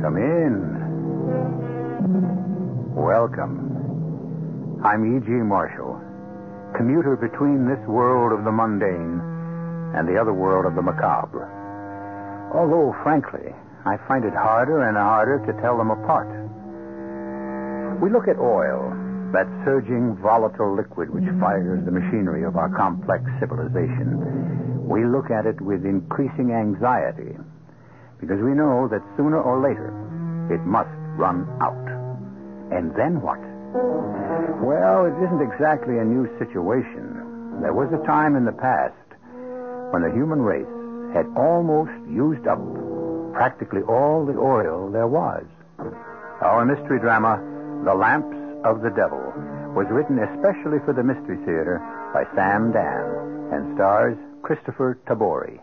Come in. Welcome. I'm E.G. Marshall, commuter between this world of the mundane and the other world of the macabre. Although, frankly, I find it harder and harder to tell them apart. We look at oil, that surging, volatile liquid which fires the machinery of our complex civilization. We look at it with increasing anxiety because we know that sooner or later it must run out. And then what? Well, it isn't exactly a new situation. There was a time in the past when the human race had almost used up practically all the oil there was. Our mystery drama, The Lamps of the Devil, was written especially for the Mystery Theater by Sam Dan and stars Christopher Tabori.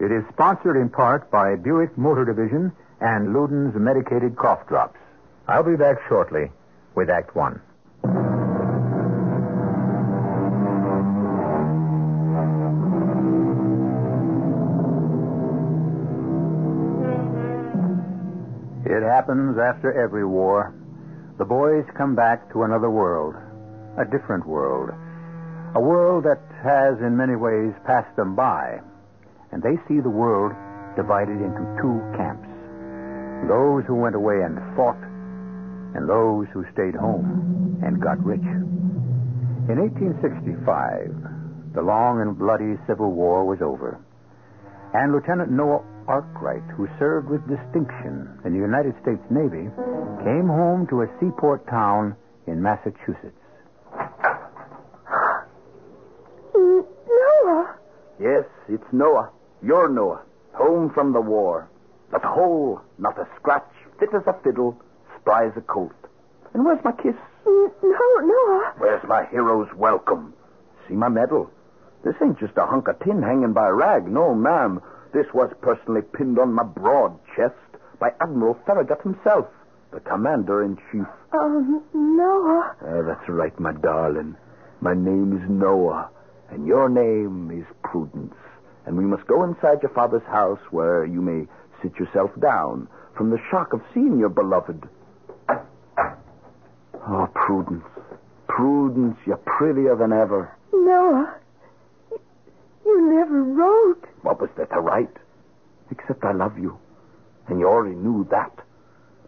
It is sponsored in part by Buick Motor Division and Luden's Medicated Cough Drops. I'll be back shortly with Act One. It happens after every war. The boys come back to another world, a different world, a world that has in many ways passed them by and they see the world divided into two camps those who went away and fought, and those who stayed home and got rich. In 1865, the long and bloody Civil War was over, and Lieutenant Noah Arkwright, who served with distinction in the United States Navy, came home to a seaport town in Massachusetts. Noah, Yes, it's Noah. You're Noah. Home from the war. Not whole, not a scratch, fit as a fiddle, spry as a colt. And where's my kiss? no, Noah, Where's my hero's welcome? See my medal? This ain't just a hunk of tin hanging by a rag. No, ma'am. This was personally pinned on my broad chest by Admiral Farragut himself, the commander in chief. um, Noah, Ah, that's right, my darling. My name is Noah, and your name is Prudence. And we must go inside your father's house where you may sit yourself down from the shock of seeing your beloved. Oh, Prudence. Prudence, you're prettier than ever. Noah. You- You never wrote. What was there to write? Except I love you. And you already knew that.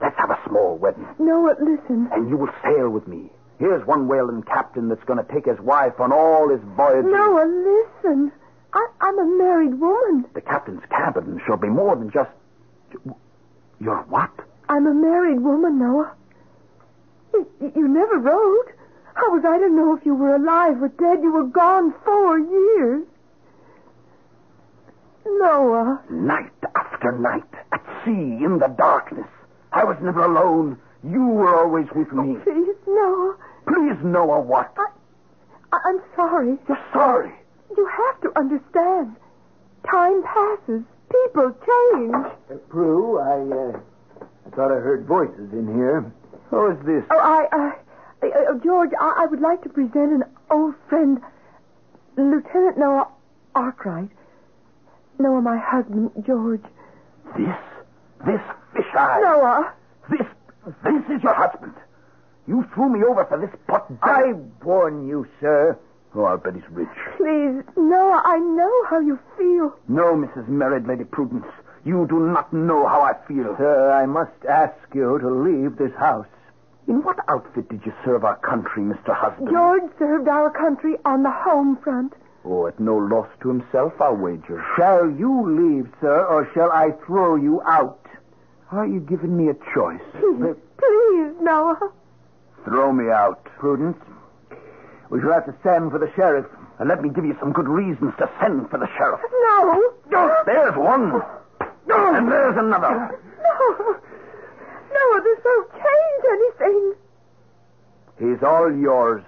Let's have a small wedding. Noah, listen. And you will sail with me. Here's one whaling captain that's going to take his wife on all his voyages. Noah, listen. I, I'm a married woman. The captain's cabin shall be more than just. Your what? I'm a married woman, Noah. You, you never wrote. How was I to know if you were alive or dead? You were gone four years. Noah, Night after night, at sea, in the darkness. I was never alone. You were always with me. Oh, please, Noah. Please, Noah, what? I, I'm sorry. You're sorry. You have to understand. Time passes. People change. Uh, Prue, I, uh, I thought I heard voices in here. Who is this? Oh, I, uh, uh, uh, George, I, I would like to present an old friend, Lieutenant Noah Arkwright. Noah, my husband, George. This? This fish eye? Noah, This, this is your husband. You threw me over for this pot. I warn you, sir. Oh, I'll bet he's rich. please, Noah, I know how you feel. No, Mrs. Married Lady Prudence. You do not know how I feel. Sir, I must ask you to leave this house. In what outfit did you serve our country, Mr. Husband? George served our country on the home front. Oh, at no loss to himself, I'll wager. Shall you leave, sir, or shall I throw you out? Are you giving me a choice? Please, Noah. throw me out. Prudence, we shall have to send for the sheriff. And let me give you some good reasons to send for the sheriff. No. There's one. And there's another. No. Noah, this won't change anything. He's all yours.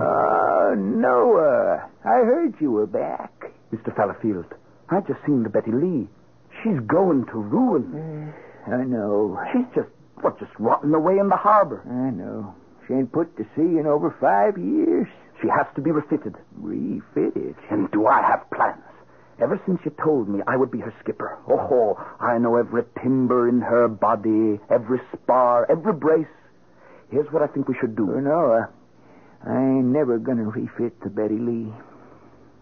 Ah, Noah, I heard you were back. Mr. Fallowfield, I just seen the Betty Lee. She's going to ruin. Eh, I know. She's just, what, just rotting away in the harbor. I know. She ain't put to sea in over five years. She has to be refitted. Refitted. And do I have plans? Ever since you told me I would be her skipper. Oh, ho, I know every timber in her body, every spar, every brace. Here's what I think we should Well, do. Noah, Oh, I ain't never gonna refit the Betty Lee.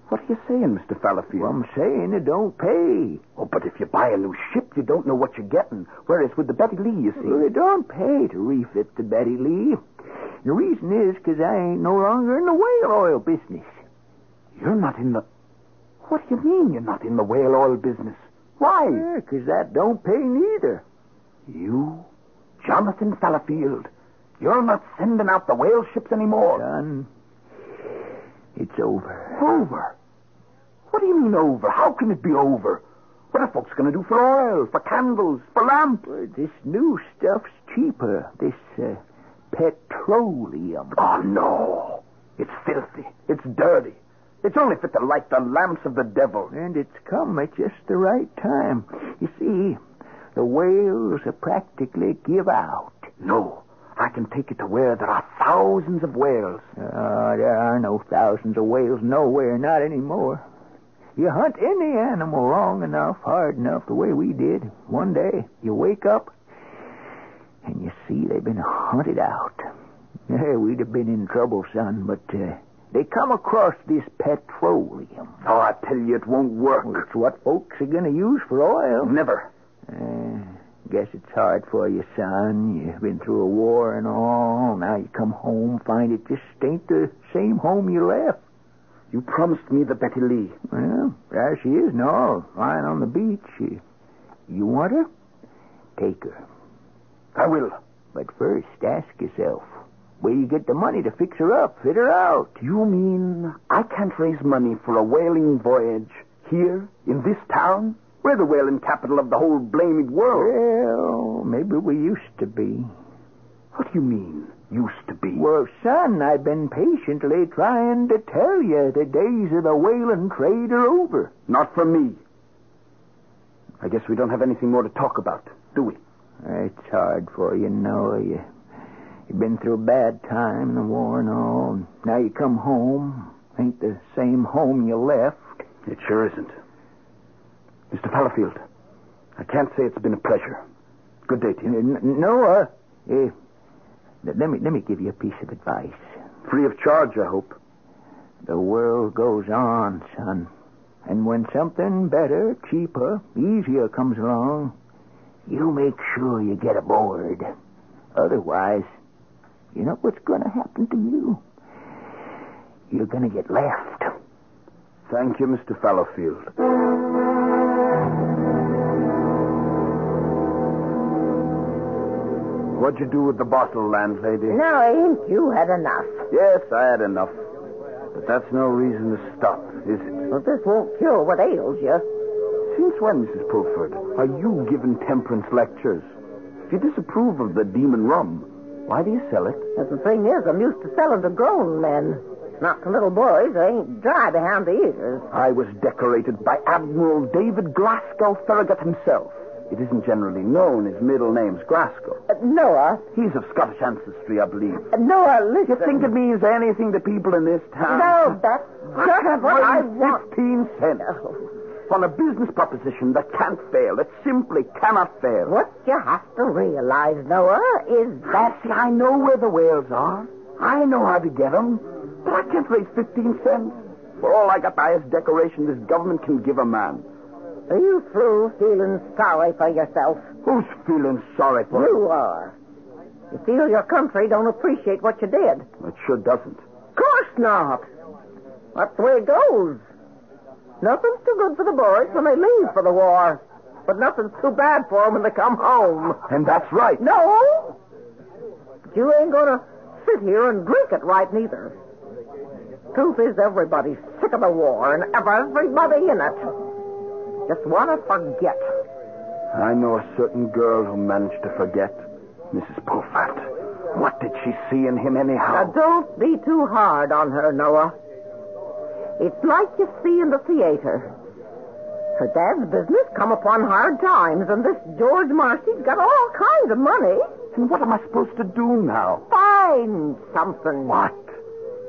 What are you saying, Mr. Fallowfield? Well, I'm saying it don't pay. oh, but if you buy a new ship, you don't know what you're getting. Whereas with the Betty Lee, you see. Well, it don't pay to refit the Betty Lee. The reason is 'cause I ain't no longer in the whale oil business. You're not in the. What do you mean you're not in the whale oil business? Why? Yeah, 'cause that don't pay neither. You, Jonathan Fallowfield, you're not sending out the whale ships anymore. Son, it's over. Over? What do you mean over? How can it be over? What are folks going to do for oil, for candles, for lamps? Well, this new stuff's cheaper. This uh, petroleum. Oh, no. It's filthy. It's dirty. It's only fit to light the lamps of the devil. And it's come at just the right time. You see, the whales are practically give out. No. I can take it to where there are thousands of whales. Uh, there are no thousands of whales nowhere, not anymore. You hunt any animal long enough, hard enough, the way we did. One day, you wake up and you see they've been hunted out. Yeah, we'd have been in trouble, son, but uh, they come across this petroleum. Oh, I tell you, it won't work. Well, it's what folks are going to use for oil. Never. Uh, guess it's hard for you, son. You've been through a war and all. Now you come home, find it just ain't the same home you left. You promised me the Betty Lee. Well, there she is now, lying on the beach. You- You want her? Take her. I will. But first, ask yourself, where you get the money to fix her up, fit her out? You mean I can't raise money for a whaling voyage here in this town? We're the whaling capital of the whole blamed world. Well, maybe we used to be. What do you mean, used to be? Well, son, I've been patiently trying to tell you the days of the whaling trade are over. Not for me. I guess we don't have anything more to talk about, do we? It's hard for you, Noah. You, you've been through a bad time, the war and all. and Now you come home. Ain't the same home you left. It sure isn't. Mr. Fallowfield, I can't say it's been a pleasure. Good day to N- you. N- Noah, eh, let let me let me give you a piece of advice. Free of charge, I hope. The world goes on, son, and when something better, cheaper, easier comes along, you make sure you get aboard. Otherwise, you know what's going to happen to you. You're going to get left. Thank you, Mr. Fallowfield. What'd you do with the bottle, landlady? Noah, you had enough. Yes, I had enough. But that's no reason to stop, is it? Well, this won't cure what ails you. Since when, Mrs. Pulford, are you giving temperance lectures? If you disapprove of the demon rum, why do you sell it? But the thing is, I'm used to selling to grown men. Not to little boys. They ain't dry behind the ears. I was decorated by Admiral David Glasgow Farragut himself. It isn't generally known. His middle name's Glasgow. Uh, Noah, He's of Scottish ancestry, I believe. uh, Noah, You listen. think it means anything to people in this town? No, that's just what I want. Fifteen cents on a business proposition that can't fail, that simply cannot fail. What you have to realize, Noah, is that. See, I know where the whales are. I know how to get them. But I can't raise 15 cents. For all I got the highest decoration this government can give a man. Are you through feeling sorry for yourself? Who's feeling sorry for You are. You feel your country don't appreciate what you did. it? It sure doesn't. Of course not. That's the way it goes. Nothing's too good for the boys when they leave for the war, but nothing's too bad for 'em when they come home. And that's right. No! But you ain't gonna sit here and drink it right, neither. Truth is, everybody's sick of the war and of everybody in it. Just want to forget. I know a certain girl who managed to forget. Mrs. Poofat. What did she see in him, Now, anyhow? don't be too hard on her, Noah. It's like you see in the theater. Her dad's business come upon hard times, and this George Marcy's got all kinds of money. And what am I supposed to do now? Find something. What?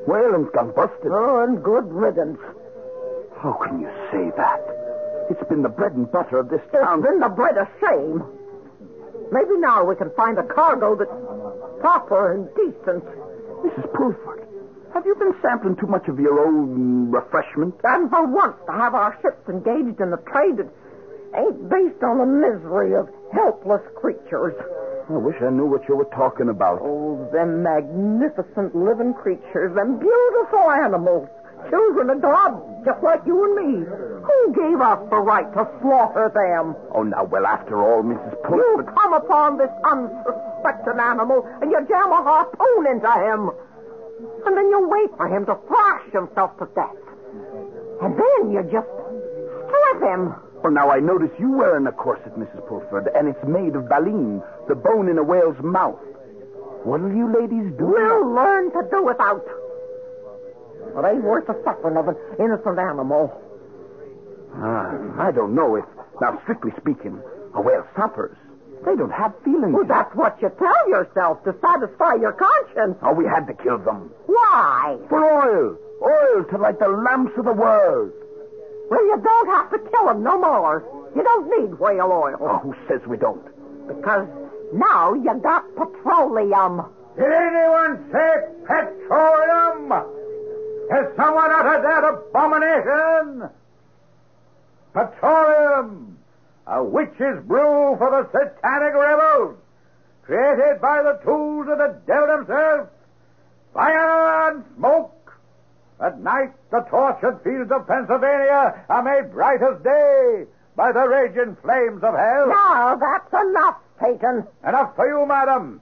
Whalen's gone busted. Oh, and good riddance. How can you say that? It's been the bread and butter of this It's town. been the bread of shame. Maybe now we can find a cargo that's proper and decent. Mrs. Pulford, have you been sampling too much of your own uh, refreshment? And for once to have our ships engaged in a trade that ain't based on the misery of helpless creatures. I wish I knew what you were talking about. Oh, them magnificent living creatures, them beautiful animals. Children of God, just like you and me. Who gave us the right to slaughter them? Oh, now, well, after all, Mrs. You Pulford. come upon this unsuspecting animal and you jam a harpoon into him. And then you wait for him to thrash himself to death. And then you just strip him. Well, now, I notice you wearing a corset, Mrs. Pulford, and it's made of baleen, the bone in a whale's mouth. What'll you ladies do? We'll learn to do without. It ain't worth the suffering of an innocent animal. Ah, I don't know if, now, strictly speaking, a whale suffers. They don't have feelings. Well, that's what you tell yourself to satisfy your conscience. Oh, we had to kill them. Why? For oil. Oil to light the lamps of the world. Well, you don't have to kill them no more. You don't need whale oil. Oh, who says we don't? Because now you got petroleum. Did anyone say petroleum? Has someone uttered that abomination? Petroleum, a witch's brew for the satanic rebels, created by the tools of the devil himself. Fire and smoke. At night, the tortured fields of Pennsylvania are made bright as day by the raging flames of hell. Now that's enough, Peyton. Enough for you, madam.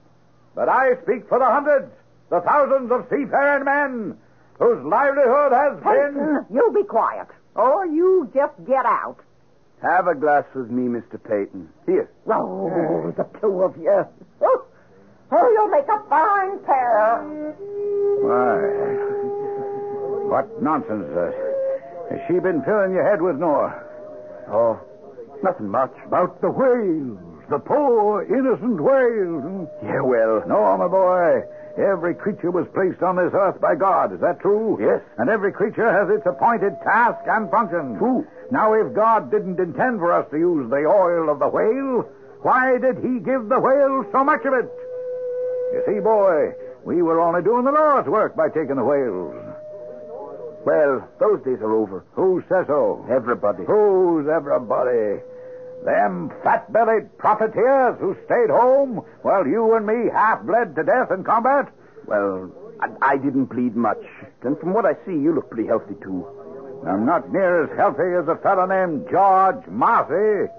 But I speak for the hundreds, the thousands of seafaring men whose livelihood has been. Peyton, you be quiet. Oh, Or you just get out. Have a glass with me, Mr. Peyton. Here. Oh, the two of you. Oh, oh, you'll make a fine pair. Why? What nonsense. Uh, has she been filling your head with, Nora? Oh, nothing much. About the whales, the poor, innocent whales. Yeah, well, No, my boy. Every creature was placed on this earth by God. Is that true? Yes. And every creature has its appointed task and function. True. Now, if God didn't intend for us to use the oil of the whale, why did he give the whale so much of it? You see, boy, we were only doing the Lord's work by taking the whales. well, those days are over. Who says so? Everybody. Who's everybody? Them fat bellied profiteers who stayed home while you and me half bled to death in combat? Well, I, I didn't bleed much. And from what I see, you look pretty healthy, too. I'm not near as healthy as a fellow named George Marcy,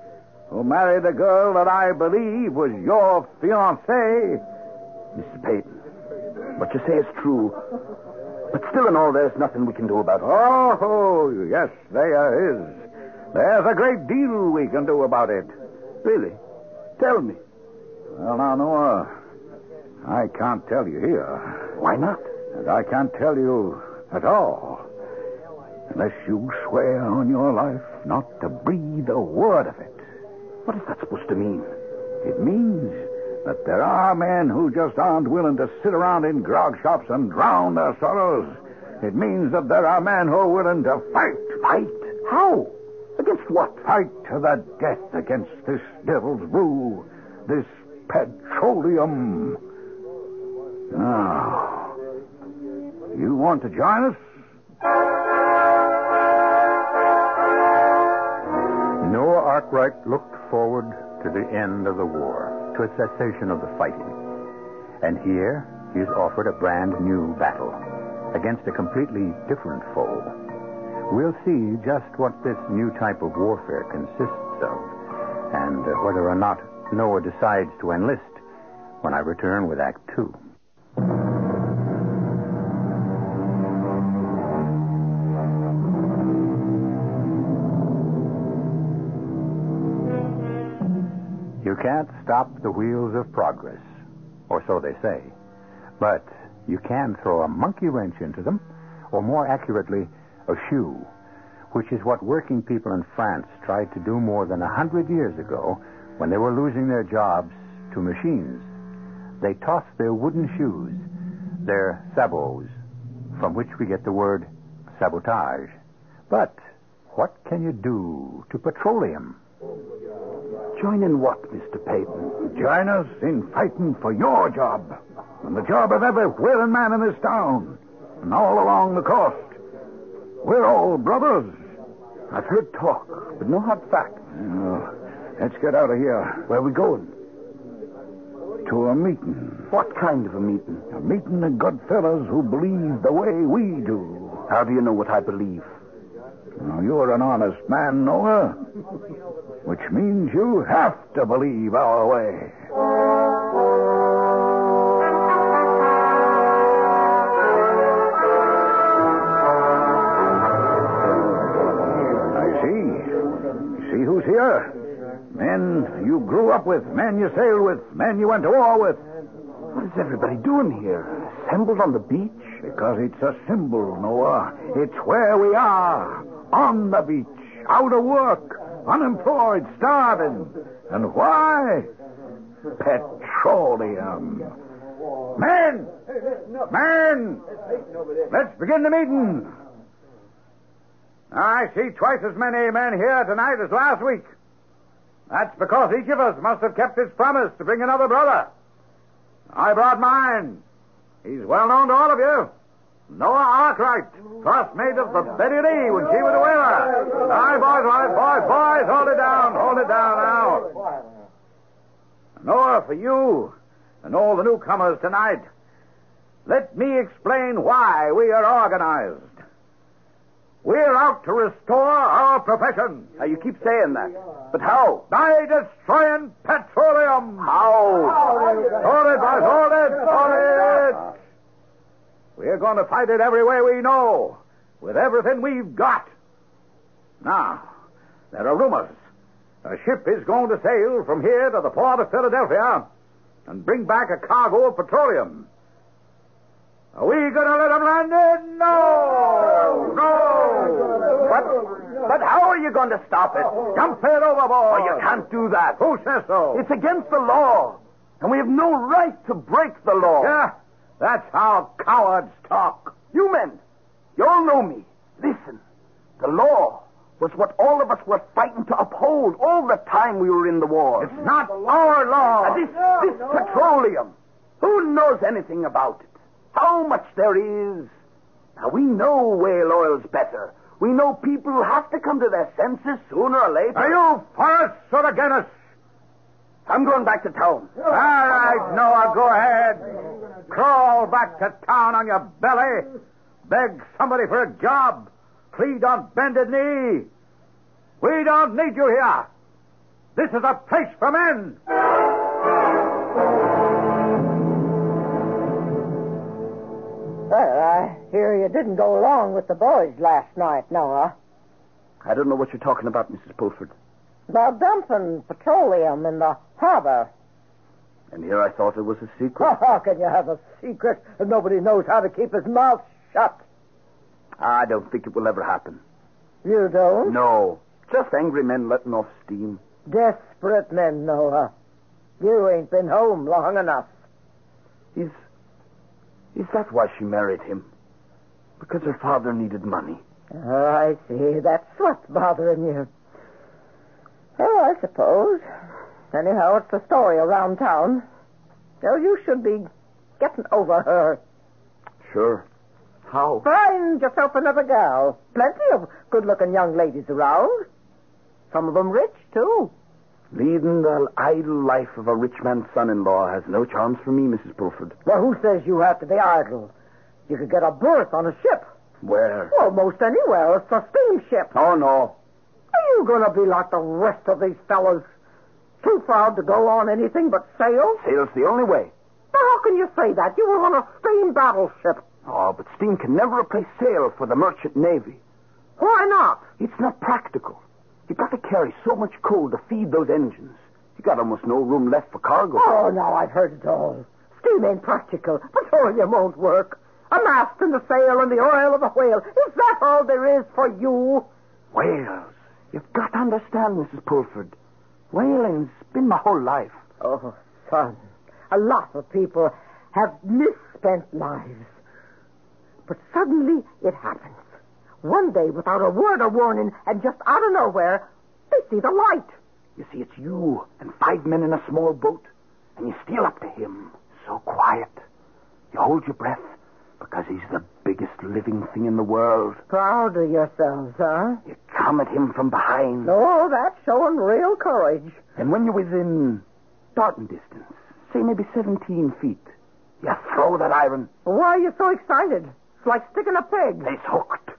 who married a girl that I believe was your fiancée. Mr. Peyton, what you say is true. But still in all, there's nothing we can do about it. Oh, yes, there is. There's a great deal we can do about it. Really? Tell me. Well, now, Noah, I can't tell you here, Why not? and I can't tell you at all, unless you swear on your life not to breathe a word of it. What is that supposed to mean? It means that there are men who just aren't willing to sit around in grog shops and drown their sorrows. It means that there are men who are willing to fight. Fight? How? Against what? Fight to the death against this devil's brew, this petroleum. Now, you want to join us? Noah Arkwright looked forward to the end of the war, to a cessation of the fighting. And here he is offered a brand new battle against a completely different foe. We'll see just what this new type of warfare consists of and uh, whether or not Noah decides to enlist when I return with Act Two. You can't stop the wheels of progress, or so they say. But you can throw a monkey wrench into them, or more accurately, a shoe, which is what working people in France tried to do more than a hundred years ago when they were losing their jobs to machines. They tossed their wooden shoes, their sabots, from which we get the word sabotage. But what can you do to petroleum? Join in what, Mr. Peyton? Join us in fighting for your job and the job of every whaling man in this town and all along the coast. We're all brothers. I've heard talk, but no hard facts. Oh, let's get out of here. Where are we going? To a meeting. What kind of a meeting? A meeting of good fellows who believe the way we do. How do you know what I believe? Now, you're an honest man, Noah, which means you have to believe our way. I see. See who's here? Men you grew up with, men you sailed with, men you went to war with. What is everybody doing here? Assembled on the beach? Because it's a symbol, Noah. It's where we are. On the beach, out of work, unemployed, starving. And why? Petroleum. Men! Men! Let's begin the meeting. I see twice as many men here tonight as last week. That's because each of us must have kept his promise to bring another brother. I brought mine. He's well known to all of you. Noah Arkwright, first mate of the Betty Lee when she was a whaler. All right, boys, all right, boys, boys, hold it down, hold it down now. Noah, for you and all the newcomers tonight, let me explain why we are organized. We're out to restore our profession. Now, you keep saying that. But how? By destroying petroleum. How? Hold it, boys, hold it, hold it. We're going to fight it every way we know, with everything we've got. Now, there are rumors. A ship is going to sail from here to the port of Philadelphia and bring back a cargo of petroleum. Are we going to let them land it? No! No! But, but how are you going to stop it? Jump it overboard! Oh, you can't do that. Who says so? It's against the law. And we have no right to break the law. Yeah, that's how cowards talk. You men, you all know me. Listen, the law was what all of us were fighting to uphold all the time we were in the war. It's not our law. And this, this petroleum, who knows anything about it? How much there is? Now, we know whale oil's better. We know people have to come to their senses sooner or later. Are you for us or against us? I'm going back to town. All right, Noah, go ahead. Crawl back to town on your belly. Beg somebody for a job. Plead on bended knee. We don't need you here. This is a place for men. Well, I hear you didn't go along with the boys last night, Noah. I don't know what you're talking about, Mrs. Pulford. About dumping petroleum in the harbor. And here I thought it was a secret. How can you have a secret if nobody knows how to keep his mouth shut? I don't think it will ever happen. You don't? No. Just angry men letting off steam. Desperate men, Noah. You ain't been home long enough. Is. Is that why she married him? Because her father needed money. Oh, I see. That's what's bothering you. Oh, I suppose. Anyhow, it's the story around town. So you should be getting over her. Sure. How? Find yourself another gal. Plenty of good-looking young ladies around. Some of 'em rich, too. Leading the idle life of a rich man's son-in-law has no charms for me, Mrs. Pulford. Well, who says you have to be idle? You could get a berth on a ship. Where? Well, most anywhere. It's a steamship. Oh, no. Are you going to be like the rest of these fellows? Too proud to go on anything but sail? Sail's the only way. Now, how can you say that? You were on a steam battleship. Oh, but steam can never replace sail for the merchant navy. Why not? It's not practical. You've got to carry so much coal to feed those engines. You got almost no room left for cargo. Oh, now I've heard it all. Steam ain't practical. Petroleum won't work. A mast and a sail and the oil of a whale. Is that all there is for you? Whales. You've got to understand, Mris's Pulford. Whaling's been my whole life. Oh, son. A lot of people have misspent lives. But suddenly it happens. One day, without a word or warning, and just out of nowhere, they see the light. You see, it's you and five men in a small boat, and you steal up to him, so quiet. You hold your breath because he's the biggest living thing in the world. Proud of yourselves, huh? You come at him from behind, Oh, that's showing real courage. and when you're within darting distance, say maybe 17 feet, you throw that iron. Why are you so excited? It's like sticking a pig. He's hooked.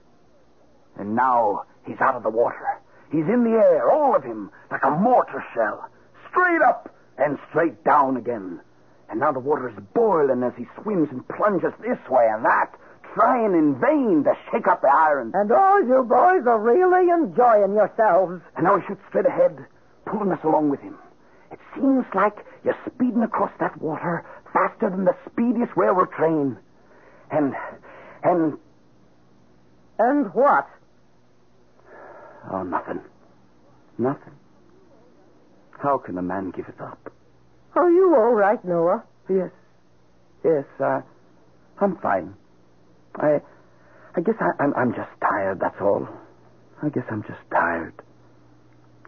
And now he's out of the water. He's in the air, all of him, like a mortar shell. Straight up and straight down again. And now the water is boiling as he swims and plunges this way and that, trying in vain to shake up the iron. And all you boys are really enjoying yourselves. And now he shoots straight ahead, pulling us along with him. It seems like you're speeding across that water faster than the speediest railroad train. And, and, And what? Oh, nothing. Nothing. How can a man give it up? Are you all right, Noah? Yes. Yes, uh, I'm fine. I, I guess I, I'm, I'm just tired, that's all. I guess I'm just tired.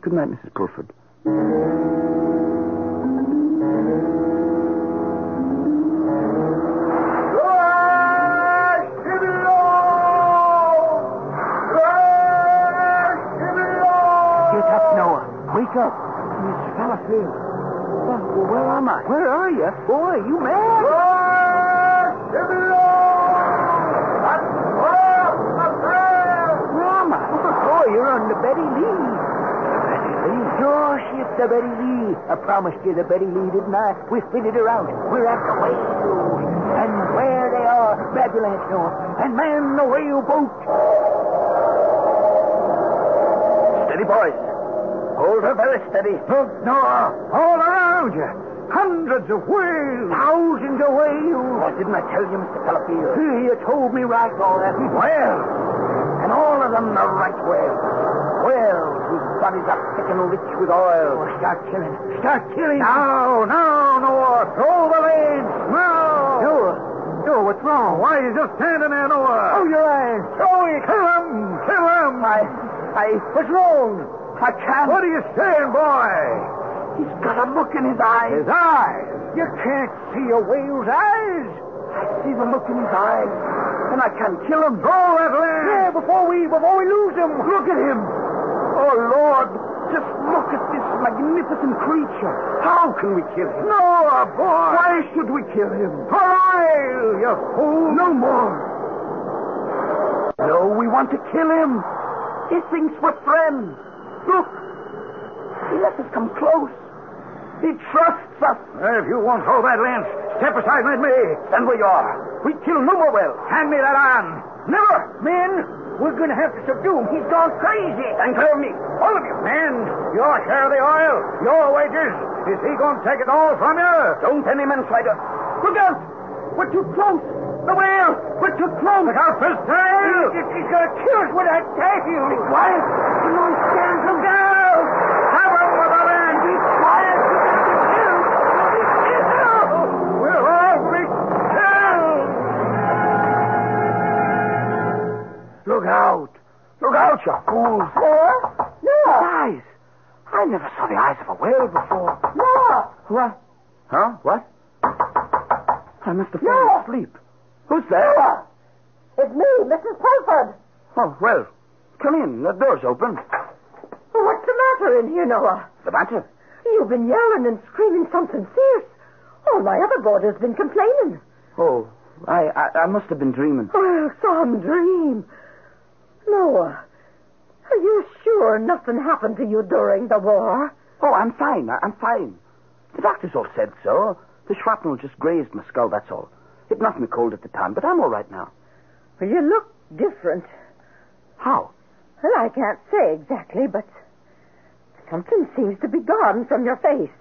Good night, Mrs. Pulford. Get up, Noah. Wake up. Mr. Fallowfield. Well, well, where am I? Where are you? Boy, you mad? Where am I? Oh, you're on the Betty Lee. Betty Lee? Your ship, the Betty Lee. I promised you the Betty Lee, didn't I? We spin it around. We're at the whales. And where they are, Babylon North. And man the whale boat. Steady, boys. Hold her very steady. Look, Noah. All around you. Hundreds of whales. Thousands of whales. Why didn't I tell you, Mr. Pellifield? You told me right, all that. Well, and all of them the right whales. Whales whose bodies are thick and rich with oil. Oh, start killing. Start killing. Now, now, Noah. Throw the leads. Now. Noah. Noah, what's wrong? Why are you just standing there, Noah? Oh, your eyes. Throw it. Kill him. Kill him. I, I... What's wrong? I can't... What are you saying, boy? He's got a look in his eyes. His eyes? You can't see a whale's eyes. I see the look in his eyes, and I can kill him. Go, Evelyn! Yeah, before we before we lose him. Look at him. Oh Lord, just look at this magnificent creature. How can we kill him? No, boy. Why should we kill him? For oil, you fool. No more. No, we want to kill him. He thinks we're friends. Look, he lets us come close. He trusts us. If you won't hold that lance, step aside and let me. Stand where you are. We kill no more well. Hand me that iron. Never. Men, we're going to have to subdue him. He's gone crazy. And clear me. All of you. Men, your share of the oil, your wages. Is he going to take it all from you? Don't any man try to. Look out. We're too close. The whale. We're too close. Look out for his tail. He's, he's going to kill us with that tail. Be quiet. The noise stands him down. Have him with a man. Be quiet. He's going to be killed. He'll be killed. We'll all be killed. Look out. Look out, you fools. There? No. Eyes. I never saw the eyes of a whale before. No. What? Huh? What? I must have fallen asleep. Who's there? It's me, Mrs. Pulford. Oh, well, come in. The door's open. What's the matter in here, Noah? The matter? You've been yelling and screaming something fierce. All my other boarders been complaining. Oh, I, I, I must have been dreaming. Oh, some dream. Noah, are you sure nothing happened to you during the war? Oh, I'm fine. I, I'm fine. The doctors all said so. The shrapnel just grazed my skull, that's all. It knocked me cold at the time, but I'm all right now. Well, you look different. How? Well, I can't say exactly, but something seems to be gone from your face.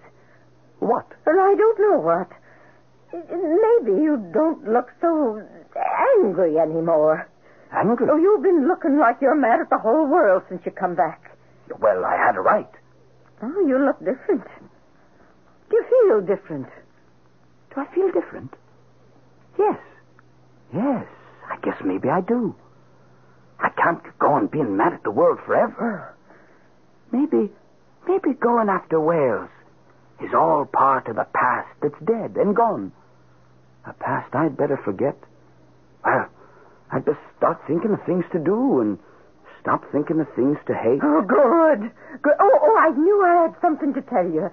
What? Well, I don't know what. Maybe you don't look so angry anymore. Angry? Oh, you've been looking like you're mad at the whole world since you come back. Well, I had a right. Oh, you look different. Do you feel different? Do I feel different? Yes. Yes. I guess maybe I do. I can't go on being mad at the world forever. Maybe, maybe going after Wales is all part of a past that's dead and gone. A past I'd better forget. Well, I'd best start thinking of things to do and stop thinking of things to hate. Oh, good. good. Oh, oh, I knew I had something to tell you.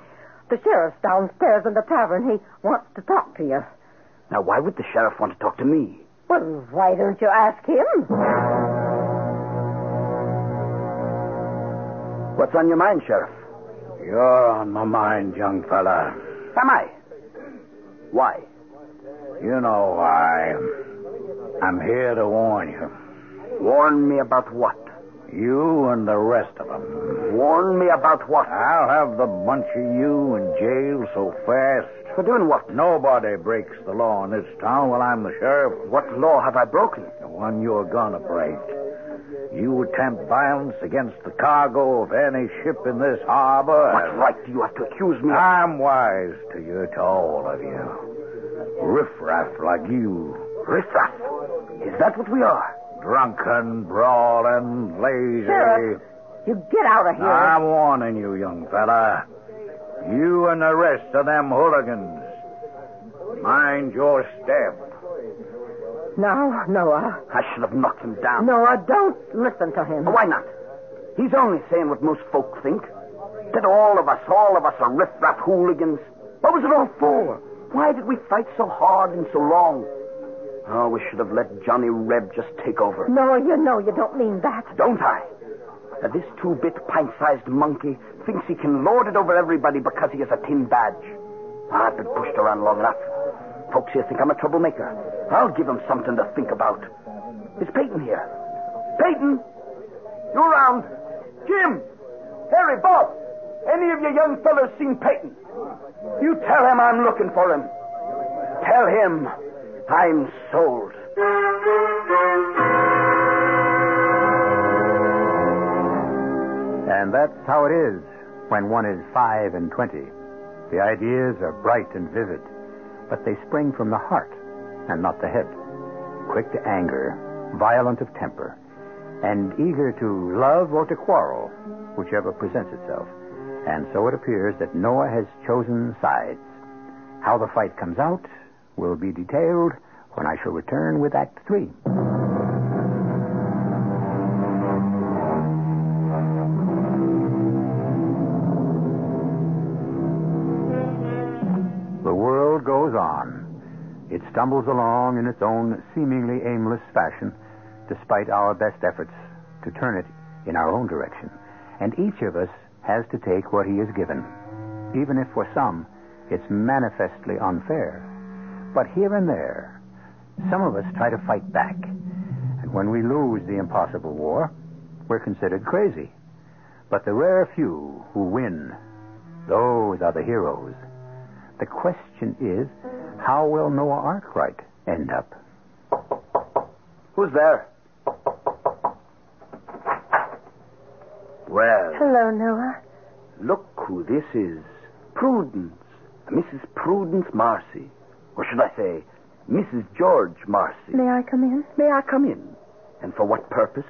The sheriff's downstairs in the tavern. He wants to talk to you. Now, why would the sheriff want to talk to me? Well, why don't you ask him? What's on your mind, Sheriff? You're on my mind, young fella. Am I? Why? You know why. I'm here to warn you. Warn me about what? You and the rest of them. Warn me about what? I'll have the bunch of you in jail so fast. For doing what? Nobody breaks the law in this town while I'm the sheriff. What law have I broken? The one you're gonna break. You attempt violence against the cargo of any ship in this harbor. What right do you have to accuse me? of- I'm wise to you, to all of you. Riffraff like you. Riffraff. Is that what we are? Drunken, brawling, lazy. Sheriff, you get out of here. I'm warning you, young fella. You and the rest of them hooligans. Mind your step. Now, Noah. I should have knocked him down. Noah, don't listen to him. Why not? He's only saying what most folk think. That all of us, all of us are riffraff hooligans. What was it all for? Why did we fight so hard and so long? Oh, we should have let Johnny Reb just take over. Noah, you know you don't mean that. Don't I? Now, this two-bit pint-sized monkey thinks he can lord it over everybody because he has a tin badge. I've been pushed around long enough. Folks here think I'm a troublemaker. I'll give 'em something to think about. Is Peyton here? Peyton, you around? Jim, Harry, Bob, any of you young fellas seen Peyton? You tell him I'm looking for him. Tell him I'm sold. And that's how it is when one is five and twenty. The ideas are bright and vivid, but they spring from the heart and not the head. Quick to anger, violent of temper, and eager to love or to quarrel, whichever presents itself. And so it appears that Noah has chosen sides. How the fight comes out will be detailed when I shall return with Act Three. The world goes on. It stumbles along in its own seemingly aimless fashion, despite our best efforts to turn it in our own direction. And each of us has to take what he is given, even if for some it's manifestly unfair. But here and there, some of us try to fight back. And when we lose the impossible war, we're considered crazy. But the rare few who win, those are the heroes. The question is, how will Noah Arkwright end up? Who's there? Well, Hello, Noah. look who this is. Prudence. Mrs. Prudence Marcy. Or should I say, Mrs. George Marcy. May I come in? May I come in? And for what purpose?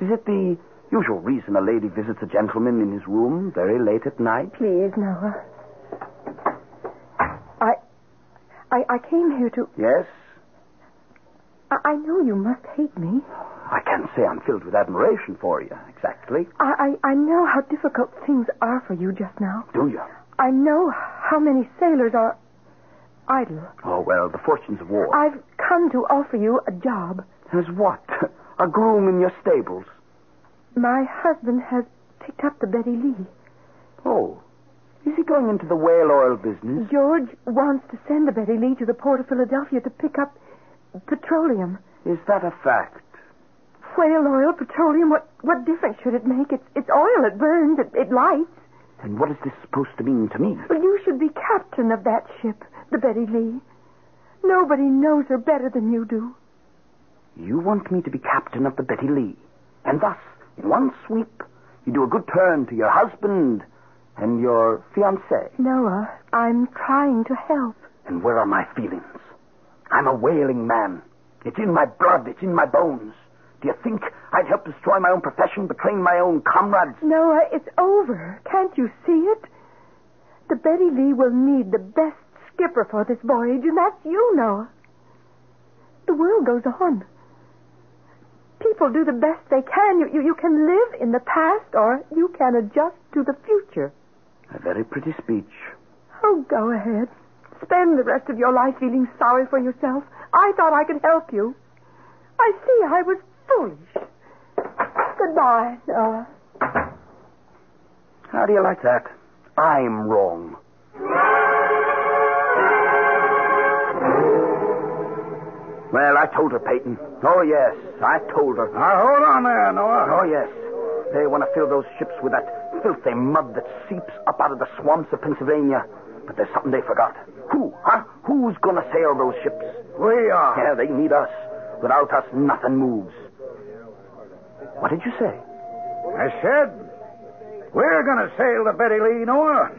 Is it the usual reason a lady visits a gentleman in his room very late at night? Please, Noah. I, I, I came here to. Yes. I, I know you must hate me. I can't say I'm filled with admiration for you, exactly. I, I, I know how difficult things are for you just now. Do you? I know how many sailors are idle. Oh, well, the fortunes of war. I've come to offer you a job. As what? A groom in your stables. My husband has picked up the Betty Lee. Oh. Is he going into the whale oil business? George wants to send the Betty Lee to the port of Philadelphia to pick up petroleum. Is that a fact? Whale oil, petroleum, what, what difference should it make? It's, it's oil, it burns, it, it lights. Then what is this supposed to mean to me? Well, you should be captain of that ship, the Betty Lee. Nobody knows her better than you do. You want me to be captain of the Betty Lee. And thus, in one sweep, you do a good turn to your husband and your fiancée. Noah, I'm trying to help. And where are my feelings? I'm a whaling man. It's in my blood. It's in my bones. Do you think I'd help destroy my own profession, betraying my own comrades? Noah, it's over. Can't you see it? The Betty Lee will need the best skipper for this voyage, and that's you, Noah. The world goes on. People do the best they can. You, you, you can live in the past, or you can adjust to the future. A very pretty speech. Oh, go ahead. Spend the rest of your life feeling sorry for yourself. I thought I could help you. I see I was foolish. Goodbye, Noah. How do you like that? I'm wrong. Well, I told her, Peyton. Oh, yes, I told her. Now, hold on there, Noah. Oh, yes. They want to fill those ships with that filthy mud that seeps up out of the swamps of Pennsylvania. But there's something they forgot. Who, huh? Who's going to sail those ships? We are. Yeah, they need us. Without us, nothing moves. What did you say? I said, we're going to sail the Betty Lee, Noah.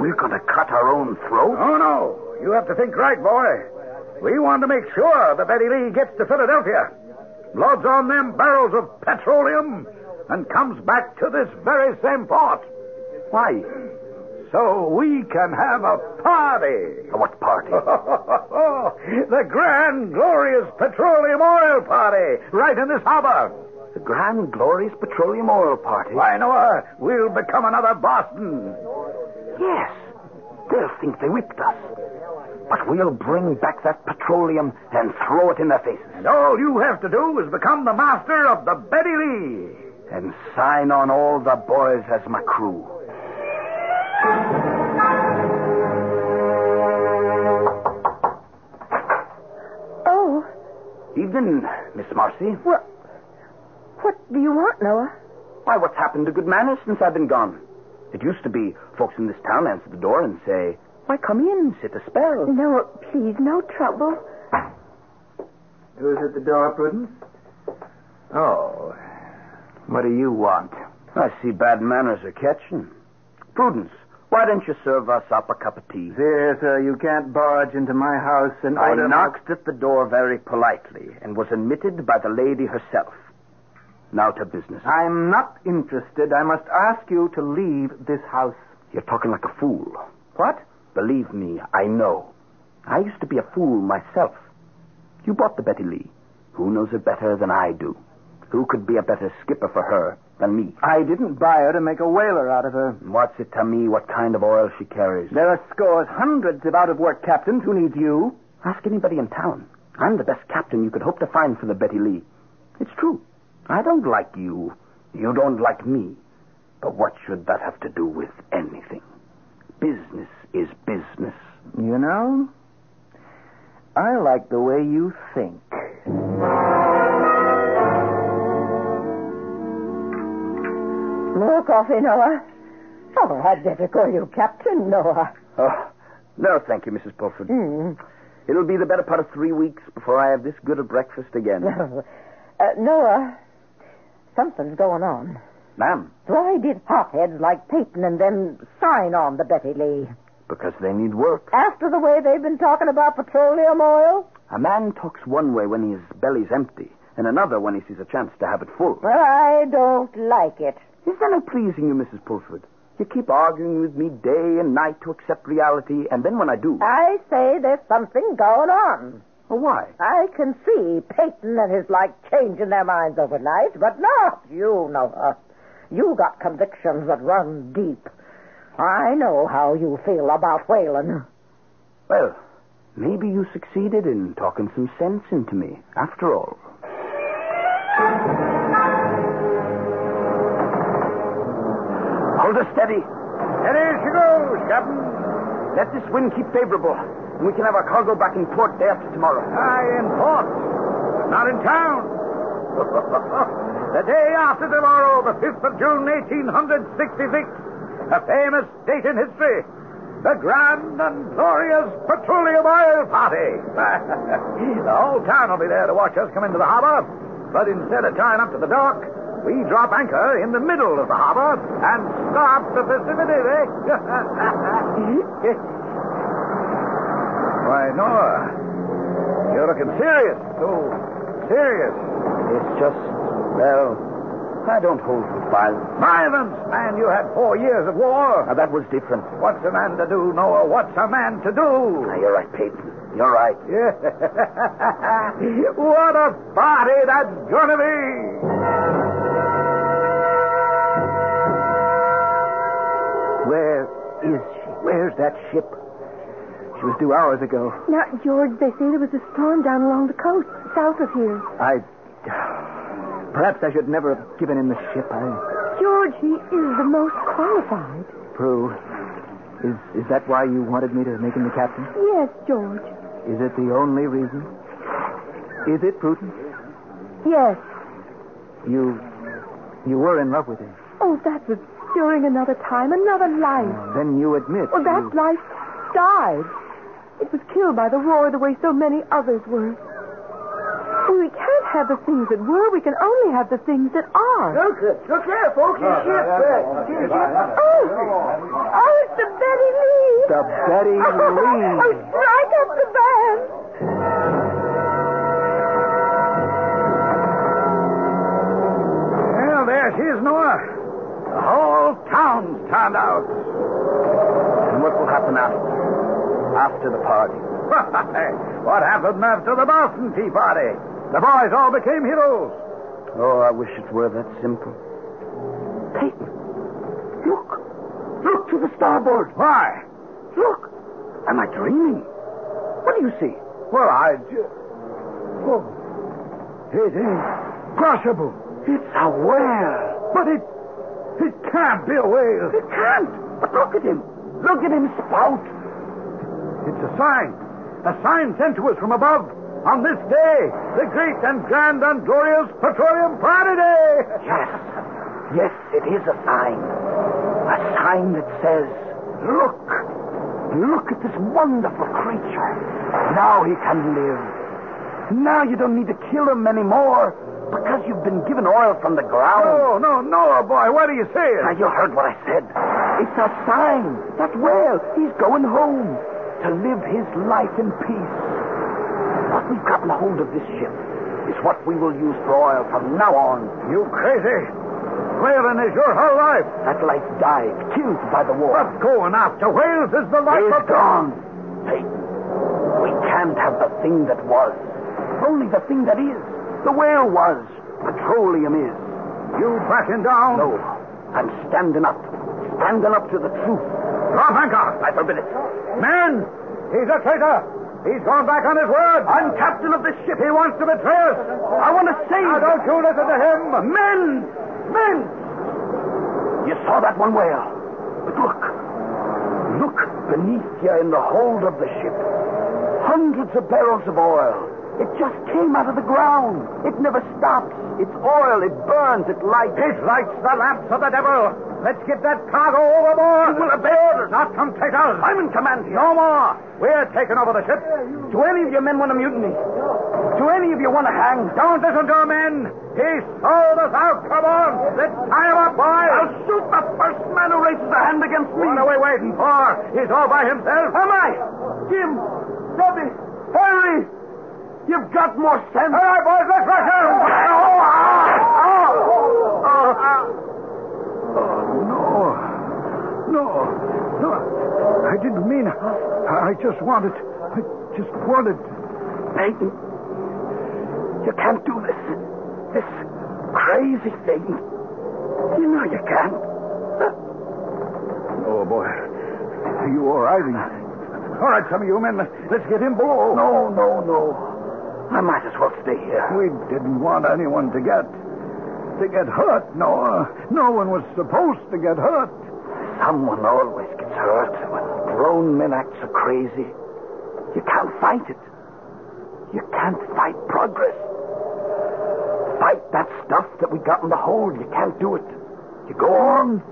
We're going to cut our own throat? Oh, no. You have to think right, boy. We want to make sure the Betty Lee gets to Philadelphia, loads on them barrels of petroleum, and comes back to this very same port. Why? So we can have a party. What party? the grand, glorious petroleum oil party right in this harbor. the Grand Glorious Petroleum Oil Party. Why, Noah, we'll become another Boston. Yes. They'll think they whipped us. But we'll bring back that petroleum and throw it in their faces. And all you have to do is become the master of the Betty Lee. And sign on all the boys as my crew. Oh, Evening, Miss Marcy. well, what do you want, Noah? Why, what's happened to good manners since I've been gone? It used to be folks in this town answer the door and say, Why, come in, sit a spell. Noah, please, no trouble. Who's at the door, Prudence? Oh. What do you want? I see bad manners are catching. Prudence, why don't you serve us up a cup of tea? Dear sir, you can't barge into my house and I order my- knocked at the door very politely and was admitted by the lady herself. Now to business. I'm not interested. I must ask you to leave this house. You're talking like a fool. What? Believe me, I know. I used to be a fool myself. You bought the Betty Lee. Who knows her better than I do? Who could be a better skipper for her than me? I didn't buy her to make a whaler out of her. What's it to me what kind of oil she carries? There are scores, hundreds of out-of-work captains who need you. Ask anybody in town. I'm the best captain you could hope to find for the Betty Lee. It's true. I don't like you. You don't like me. But what should that have to do with anything? Business is business. You know, I like the way you think. More coffee, Noah. Oh, I'd better call you Captain Noah. Oh, no, thank you, Mrs. Pulford. It'll be the better part of three weeks before I have this good a breakfast again. uh, Noah, something's going on. Ma'am, Why did hotheads like Peyton and them sign on the Betty Lee? because they need work. After the way they've been talking about petroleum oil? A man talks one way when his belly's empty, and another when he sees a chance to have it full. Well, I don't like it. Is there no pleasing you, Mrs. Pulford? You keep arguing with me day and night to accept reality, and then when I Uh, do, I say there's something going on. oh, why? I can see Peyton and his like changing their minds overnight, but not you, Noah. You got convictions that run deep. I know how you feel about whaling. Well, maybe you succeeded in talking some sense into me, after all. Hold her steady. Steady she goes, Captain. Let this wind keep favorable, and we can have our cargo back in port day after tomorrow. Aye, in port, but not in town. The day after tomorrow, the 5th of June, 1866, a famous date in history. The grand and glorious Petroleum Oil Party. the whole town will be there to watch us come into the harbor. But instead of tying up to the dock, we drop anchor in the middle of the harbor and start the eh? festivities, eh? Why, Nora, you're looking serious. So serious. It's just, well, I don't hold with violence. Violence, man, you had four years of war. Now, that was different. What's a man to do, Noah? What's a man to do? Now, you're right, Peyton. You're right. Yeah. what a party that's going to be! Where is she? Where's that ship? She was due hours ago. Now, George, they say there was a storm down along the coast, south of here. I. Perhaps I should never have given him the ship. I. George, he is the most qualified. Prue, is, is that why you wanted me to make him the captain? Yes, George. Is it the only reason? Is it, Prudence? Yes. You. You were in love with him. Oh, that was during another time, another life. Then you admit. Well, that you- life died. It was killed by the war the way so many others were. We can't have the things that were. We can only have the things that are. Look, look there, folks. It's ship. Oh! Oh, it's the Betty Lee! The Betty Lee. Oh, strike up the band! Well, there she is, Noah. The whole town's turned out. And what will happen after? After the party? what happened after the Boston Tea Party? The boys all became heroes. Oh, I wish it were that simple. Peyton, look. Look to the starboard. Why? Look. Am I dreaming? What do you see? Well, I. ju- Oh. It is possible. It's a whale. But it. It can't be a whale. It can't. But look at him. Look at him spout. It's a sign. A sign sent to us from above. On this day, the great and grand and glorious Petroleum Party Day. Yes. Yes, it is a sign. A sign that says, look. Look at this wonderful creature. Now he can live. Now you don't need to kill him anymore because you've been given oil from the ground. No, no, Noah, boy, what are you saying? Now you heard what I said. It's a sign. That whale, he's going home to live his life in peace. What we've gotten hold of this ship is what we will use for oil from now on. You crazy. Whaling is your whole life. That life died, killed by the war. What's going after whales is the life It's of gone. Peyton, we can't have the thing that was. Only the thing that is. The whale was. Petroleum is. You backing down? No, I'm standing up. Standing up to the truth. Drop anchor. I forbid it. Oh, Man, he's a traitor. He's gone back on his word. I'm captain of this ship. He wants to betray us. I want to save. Now, don't you listen to him. Men! Men! You saw that one whale. But look. Look beneath you in the hold of the ship. Hundreds of barrels of oil. It just came out of the ground. It never stops. It's oil. It burns. It lights. It lights the lamps of the devil. Let's get that cargo overboard. You will obey orders. Not from traitors. I'm in command here. No more. We're taking over the ship. Do any of your men want a mutiny? Do any of you want to hang? Don't listen to him, men. He sold us out. Come on. Let's tie him up, boys. I'll shoot the first man who raises a hand against me. What are we waiting for? He's all by himself. Am I? Jim, Robbie, Henry, you've got more sense. Oh, All right, boys, let's rush Oh, him. Oh, No, no, I didn't mean. I just wanted. I just wanted. Peyton, you can't do this. This crazy thing. You know you can't. Oh boy, you all right? All right, some of you men, let's get him below. No, no, no. I might as well stay here. We didn't want anyone to get to get hurt. No, no one was supposed to get hurt. Someone always gets hurt when grown men act so crazy. You can't fight it. You can't fight progress. Fight that stuff that we got in the hold. You can't do it. You go on,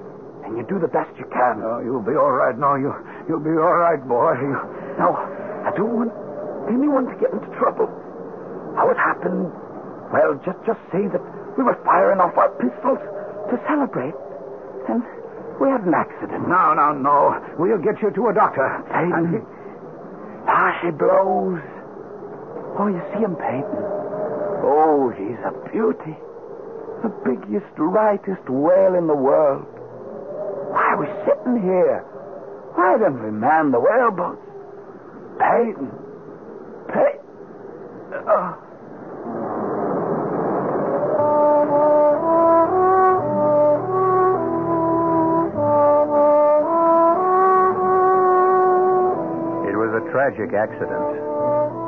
and you do the best you can. Oh, you'll be all right now. You, you'll be all right, boy. You... Now, I don't want anyone to get into trouble. How it happened, well, just, just say that we were firing off our pistols to celebrate, and we had an accident. No, no, no. We'll get you to a doctor. Peyton. Ah, she blows. Oh, you see him, Peyton. Oh, he's a beauty. The biggest, rightest whale in the world. Why, we're sitting here. Why don't we man the whaleboats? Peyton. Peyton. Oh. It was a tragic accident,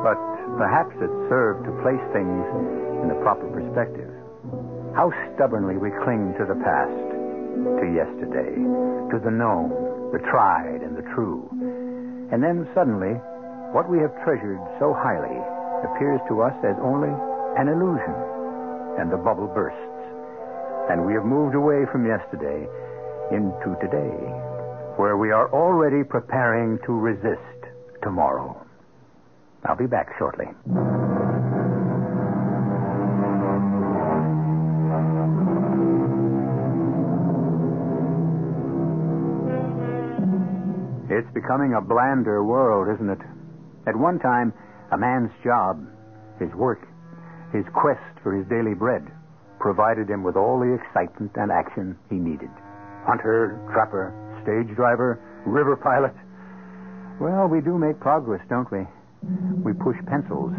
but perhaps it served to place things in the proper perspective. How stubbornly we cling to the past, to yesterday, to the known, the tried, and the true. And then suddenly, what we have treasured so highly appears to us as only an illusion, and the bubble bursts. And we have moved away from yesterday into today, where we are already preparing to resist tomorrow. I'll be back shortly. It's becoming a blander world, isn't it? At one time, a man's job, his work, his quest for his daily bread, provided him with all the excitement and action he needed. Hunter, trapper, stage driver, river pilot. Well, we do make progress, don't we? We push pencils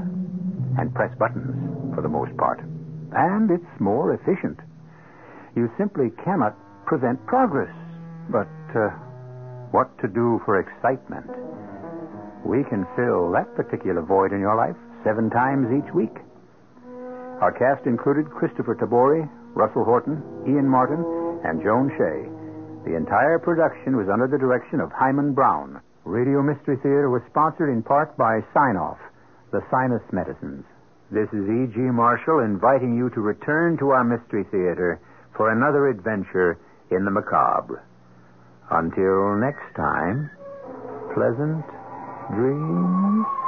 and press buttons for the most part. And it's more efficient. You simply cannot prevent progress. But uh, what to do for excitement? We can fill that particular void in your life seven times each week. Our cast included Christopher Tabori, Russell Horton, Ian Martin, and Joan Shea. The entire production was under the direction of Hyman Brown. Radio Mystery Theater was sponsored in part by Sinoff, the Sinus Medicines. This is E.G. Marshall inviting you to return to our Mystery Theater for another adventure in the macabre. Until next time, pleasant dreams.